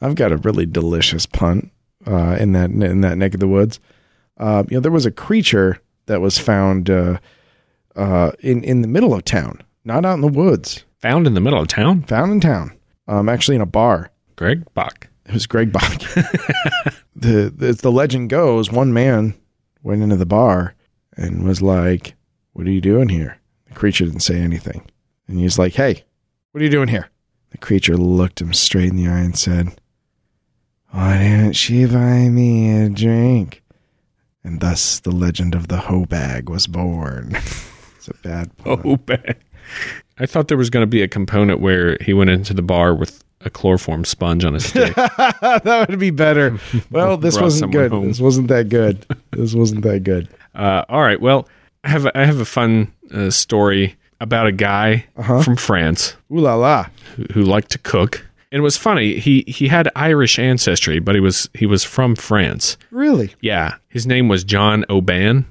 [SPEAKER 1] I've got a really delicious punt uh, in that in that neck of the woods. Uh, you know, there was a creature that was found uh, uh, in in the middle of town, not out in the woods.
[SPEAKER 2] Found in the middle of town,
[SPEAKER 1] Found in town, um, actually in a bar.
[SPEAKER 2] Greg Bach.
[SPEAKER 1] It was Greg Bach. *laughs* the, the the legend goes, one man went into the bar and was like, "What are you doing here?" The creature didn't say anything, and he's like, "Hey, what are you doing here?" The creature looked him straight in the eye and said, "Why didn't she buy me a drink?" And thus the legend of the hoe bag was born. *laughs* it's a bad pun.
[SPEAKER 2] *laughs* Bow bag. I thought there was going to be a component where he went into the bar with a chloroform sponge on his dick.
[SPEAKER 1] that would be better. Well, this
[SPEAKER 2] Brought
[SPEAKER 1] wasn't
[SPEAKER 2] someone
[SPEAKER 1] good.
[SPEAKER 2] home.
[SPEAKER 1] This wasn't that good. This wasn't that good.
[SPEAKER 2] uh, all right, well, I have a, I have a fun uh, story about a guy from France.
[SPEAKER 1] Ooh la la.
[SPEAKER 2] who liked to cook. And it was funny. He he had Irish ancestry, but he was he was from France.
[SPEAKER 1] Really?
[SPEAKER 2] Yeah, his name was John O'Ban,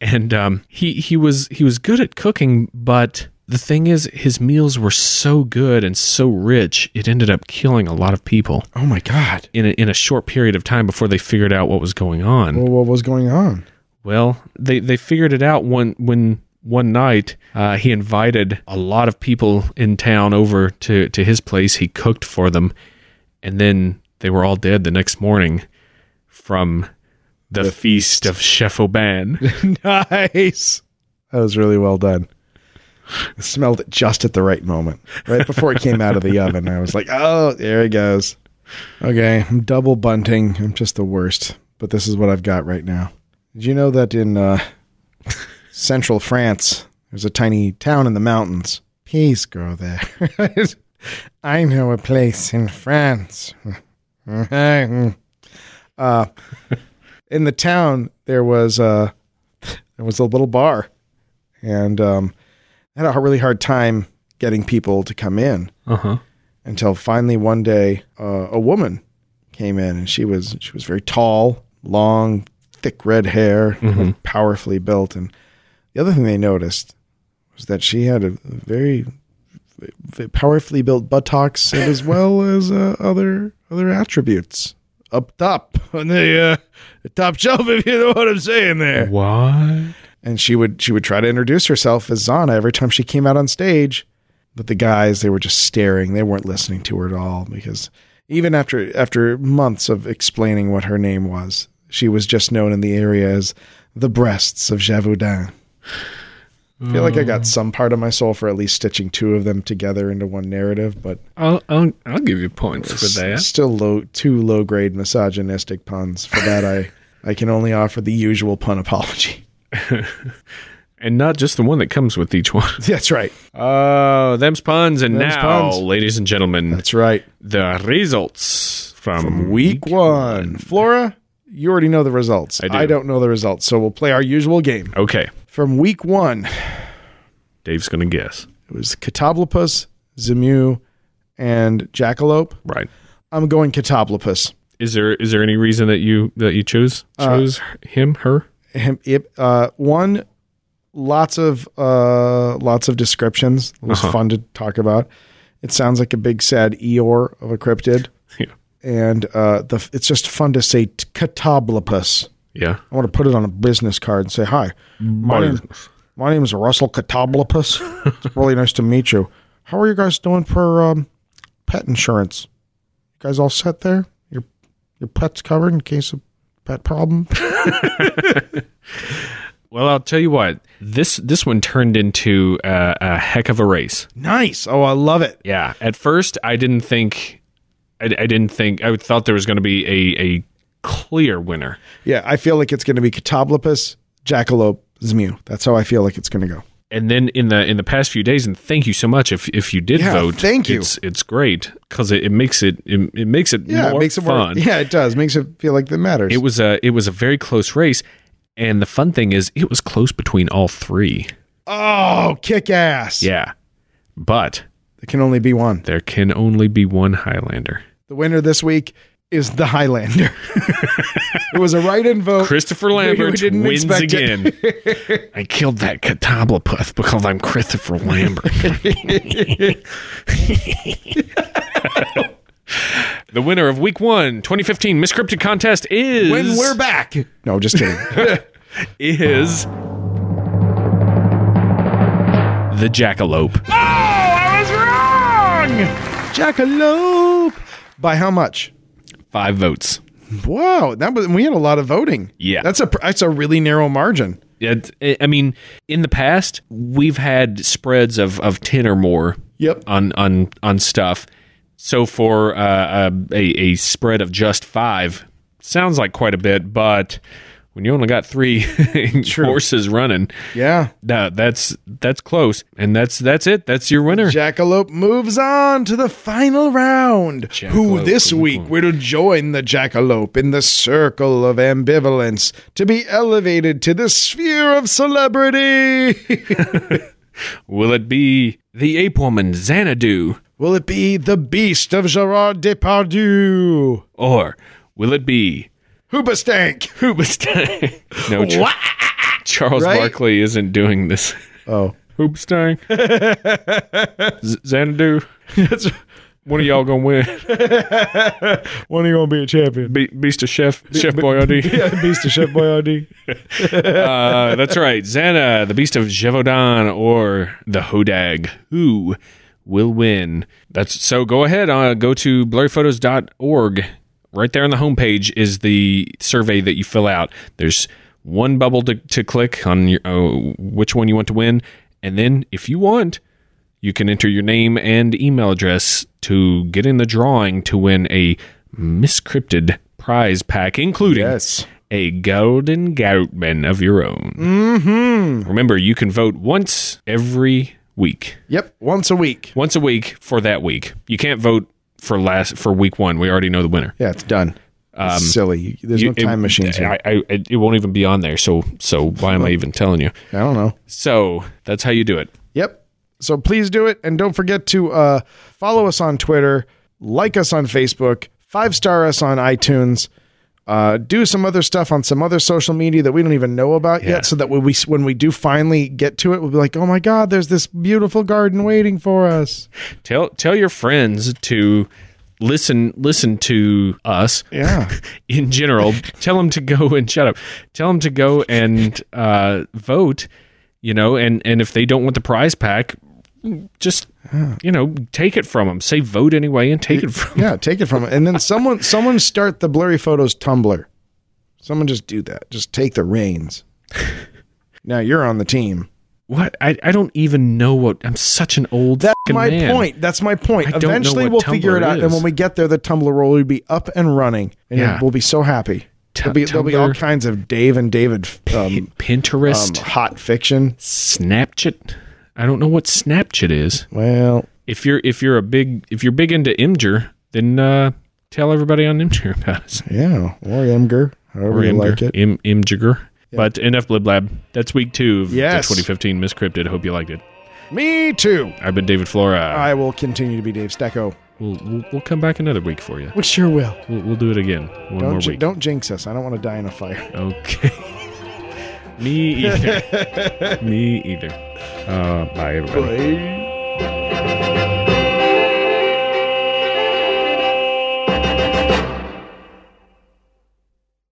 [SPEAKER 2] and um, he he was he was good at cooking. But the thing is, his meals were so good and so rich, it ended up killing a lot of people
[SPEAKER 1] Oh my god.
[SPEAKER 2] in a, in a short period of time before they figured out what was going on.
[SPEAKER 1] Well, what was going on?
[SPEAKER 2] Well, they, they figured it out one when one night uh, he invited a lot of people in town over to, to his place. He cooked for them, and then they were all dead the next morning from the, feast of Chef Oban. *laughs*
[SPEAKER 1] *laughs* nice. That was really well done. I smelled it just at the right moment, right before it came out of *laughs* the oven. I was like, "Oh, there it goes." Okay, I'm double bunting. I'm just the worst, but this is what I've got right now. Did you know that in uh, *laughs* central France, there's a tiny town in the mountains? Please go there. *laughs* I know a place in France. *laughs* uh, in the town there was uh there was a little bar and um I had a really hard time getting people to come in
[SPEAKER 2] Uh huh.
[SPEAKER 1] until finally one day uh, a woman came in and she was she was very tall long thick red hair powerfully built and the other thing they noticed was that she had a very v- powerfully built buttocks and as well as uh, other other attributes up top *laughs* on the, uh, the top shelf if you know what i'm saying there
[SPEAKER 2] What?
[SPEAKER 1] and she would she would try to introduce herself as Zana every time she came out on stage. But the guys, they were just staring. They weren't listening to her at all because even after after months of explaining what her name was, she was just known in the area as the breasts of Javoudin. I feel like I got some part of my soul for at least stitching two of them together into one narrative, but
[SPEAKER 2] I'll I'll, I'll give you points for that.
[SPEAKER 1] still low two low grade misogynistic puns. For that I I can only offer the usual pun apology.
[SPEAKER 2] And not just the one that comes with each *laughs* one.
[SPEAKER 1] *laughs* That's right.
[SPEAKER 2] Oh, them's puns. And
[SPEAKER 1] Them's
[SPEAKER 2] now,
[SPEAKER 1] puns.
[SPEAKER 2] ladies and gentlemen,
[SPEAKER 1] That's right.
[SPEAKER 2] the results from,
[SPEAKER 1] Week one. Flora, you already know the results.
[SPEAKER 2] I do.
[SPEAKER 1] not know the results, so we'll play our usual game.
[SPEAKER 2] Okay,
[SPEAKER 1] From week one, it
[SPEAKER 2] Dave's going to guess.
[SPEAKER 1] was Catoplopus, Zemu, and Jackalope.
[SPEAKER 2] Right.
[SPEAKER 1] I'm going Catoplopus.
[SPEAKER 2] Is there is there any reason that you that you chose chose him her?
[SPEAKER 1] him, it, uh, one lots of uh, lots of descriptions it
[SPEAKER 2] Uh-huh.
[SPEAKER 1] was fun to talk about it sounds like a big sad eeyore of a cryptid
[SPEAKER 2] *laughs* Yeah.
[SPEAKER 1] and uh, the, it's just fun to say t- catoblopus
[SPEAKER 2] Yeah.
[SPEAKER 1] i want to put it on a business card and say hi my name, my name is russell catoblopus it's really nice to meet you how are you guys doing for um, pet insurance you guys all set there your your pet's covered in case of pet problem
[SPEAKER 2] Well, I'll tell you what. This this one turned into uh, a heck of a race.
[SPEAKER 1] nice oh i love it
[SPEAKER 2] Yeah. At first, I didn't think, I, I didn't think, I thought there was going to be a, a clear winner.
[SPEAKER 1] Yeah, I feel like it's going to be Catoblopus, Jackalope, Zemu. That's how I feel like it's going to go.
[SPEAKER 2] And then in the in the past few days, and thank you so much if if you did
[SPEAKER 1] Yeah,
[SPEAKER 2] vote.
[SPEAKER 1] thank you.
[SPEAKER 2] It's it's great because it, it makes it, it it makes it
[SPEAKER 1] Yeah,
[SPEAKER 2] more
[SPEAKER 1] it makes it more-
[SPEAKER 2] *laughs* fun.
[SPEAKER 1] yeah, it does. Makes it feel like that matters.
[SPEAKER 2] It was a it was a very close race, and the fun thing is it was close between all three.
[SPEAKER 1] oh, kick ass!
[SPEAKER 2] Yeah, but
[SPEAKER 1] there can only be one.
[SPEAKER 2] there can only be one Highlander.
[SPEAKER 1] The winner this week is the Highlander. *laughs* it was a write-in vote.
[SPEAKER 2] Christopher Lambert
[SPEAKER 1] didn't
[SPEAKER 2] wins
[SPEAKER 1] expect it.
[SPEAKER 2] again.
[SPEAKER 1] *laughs*
[SPEAKER 2] I killed that Catablopus because I'm Christopher Lambert. *laughs* the winner of Week One 2015 Miss Cryptid contest is
[SPEAKER 1] when we're back. No, just kidding. *laughs*
[SPEAKER 2] is the Jackalope.
[SPEAKER 1] Jackalope. By how much?
[SPEAKER 2] Five votes.
[SPEAKER 1] Wow, that was we had a lot of voting.
[SPEAKER 2] Yeah.
[SPEAKER 1] that's a pr- that's a really narrow margin.
[SPEAKER 2] It, eh, I- I mean, in the past, we've had spreads of, of 10 or more
[SPEAKER 1] Yep.
[SPEAKER 2] on, on, on stuff. So for uh, a, a a spread of just five, sounds like quite a bit, but when you only got three *laughs* horses running,
[SPEAKER 1] Yeah.
[SPEAKER 2] that that's that's close, and that's that's it. That's your winner.
[SPEAKER 1] Jackalope moves on to the final round. who
[SPEAKER 2] Jackalope,
[SPEAKER 1] this
[SPEAKER 2] come
[SPEAKER 1] week will join the Jackalope in the circle of ambivalence to be elevated to the sphere of celebrity? *laughs*
[SPEAKER 2] Will it be the ape woman Xanadu,
[SPEAKER 1] will it be the beast of Gerard Depardieu?
[SPEAKER 2] or will it be
[SPEAKER 1] Hoobastank!
[SPEAKER 2] *laughs* Hoopstein? no, Char- Charles
[SPEAKER 1] Right?
[SPEAKER 2] Barkley isn't doing this.
[SPEAKER 1] Oh.
[SPEAKER 2] *laughs* Hoopstang. Z- Xanadu. When are y'all gonna win?
[SPEAKER 1] When are you going to be a *laughs* champion?
[SPEAKER 2] Be- Beast of Chef, Chef Boyardee.
[SPEAKER 1] beast of Chef Boyardee.
[SPEAKER 2] Uh, that's right. Xana, the Beast of Jevodan, or the Hodag. Who will win? That's so. Go ahead. Uh, go to blurryphotos.org. Right there on the homepage is the survey that you fill out. There's one bubble to, to click on your, uh, which one you want to win, and then if you want, you can enter your name and email address to get in the drawing to win a miscrypted prize pack, including
[SPEAKER 1] Yes.
[SPEAKER 2] a golden goutman of your own. Mm-hmm. Remember, you can vote once every week,
[SPEAKER 1] Yep, once a week.
[SPEAKER 2] once a week for that week. You can't vote for last for week one. We already know the winner.
[SPEAKER 1] Yeah, it's done. It's silly. You- There's no
[SPEAKER 2] It-
[SPEAKER 1] time machines here.
[SPEAKER 2] I, I, it it won't even be on there. So, so why am I even telling you?
[SPEAKER 1] I don't know.
[SPEAKER 2] So that's how you do it.
[SPEAKER 1] Yep. So please do it. And don't forget to uh, follow us on Twitter, like us on Facebook, five star us on iTunes. Uh, do some other stuff on some other social media that we don't even know about yet, so that when we when we do finally get to it, we'll be like, "Oh my God, there's this beautiful garden waiting for us."
[SPEAKER 2] Tell tell your friends to listen listen to us.
[SPEAKER 1] Yeah,
[SPEAKER 2] *laughs* in general, tell them to go and shut up. Tell them to go and uh, vote. You know, and and if they don't want the prize pack, just you know, take it from them. Say vote anyway, and take it from.
[SPEAKER 1] *laughs* yeah. Take it from it, and then someone someone start the blurry photos Tumblr. Someone just do that. Just take the reins. *laughs* Now you're on the team.
[SPEAKER 2] What I I don't even know what I'm such an old.
[SPEAKER 1] That's
[SPEAKER 2] fucking
[SPEAKER 1] my
[SPEAKER 2] man.
[SPEAKER 1] point. That's my point.
[SPEAKER 2] don't know
[SPEAKER 1] Eventually,
[SPEAKER 2] what
[SPEAKER 1] we'll
[SPEAKER 2] Tumblr
[SPEAKER 1] figure it out,
[SPEAKER 2] is.
[SPEAKER 1] and when we get there, the Tumblr will be up and running, and
[SPEAKER 2] Yeah.
[SPEAKER 1] we'll be so happy.
[SPEAKER 2] t-
[SPEAKER 1] There'll be, there'll be all
[SPEAKER 2] Tumblr,
[SPEAKER 1] kinds of Dave and David um, um,
[SPEAKER 2] Pinterest,
[SPEAKER 1] hot fiction.
[SPEAKER 2] Snapchat. I don't know what Snapchat is.
[SPEAKER 1] Well,
[SPEAKER 2] If you're if you're a big if you're big into Imgur, then uh, tell everybody on Imgur about us.
[SPEAKER 1] yeah, or Imgur, however you like it.
[SPEAKER 2] Im, Imgur. But enough blib blab. That's week two of
[SPEAKER 1] Yes.
[SPEAKER 2] the 2015 Miscrypted. Hope you liked it.
[SPEAKER 1] Me too.
[SPEAKER 2] I've been David Flora.
[SPEAKER 1] I will continue to be Dave Stecco.
[SPEAKER 2] We'll, we'll, we'll come back another week for you.
[SPEAKER 1] We sure will.
[SPEAKER 2] We'll, we'll do it again. One more
[SPEAKER 1] Don't, ji-
[SPEAKER 2] week.
[SPEAKER 1] don't jinx us. I don't want to die in a fire.
[SPEAKER 2] Okay. *laughs*
[SPEAKER 1] *laughs*
[SPEAKER 2] Me either. Me either. Uh, bye, everybody.
[SPEAKER 1] Bye.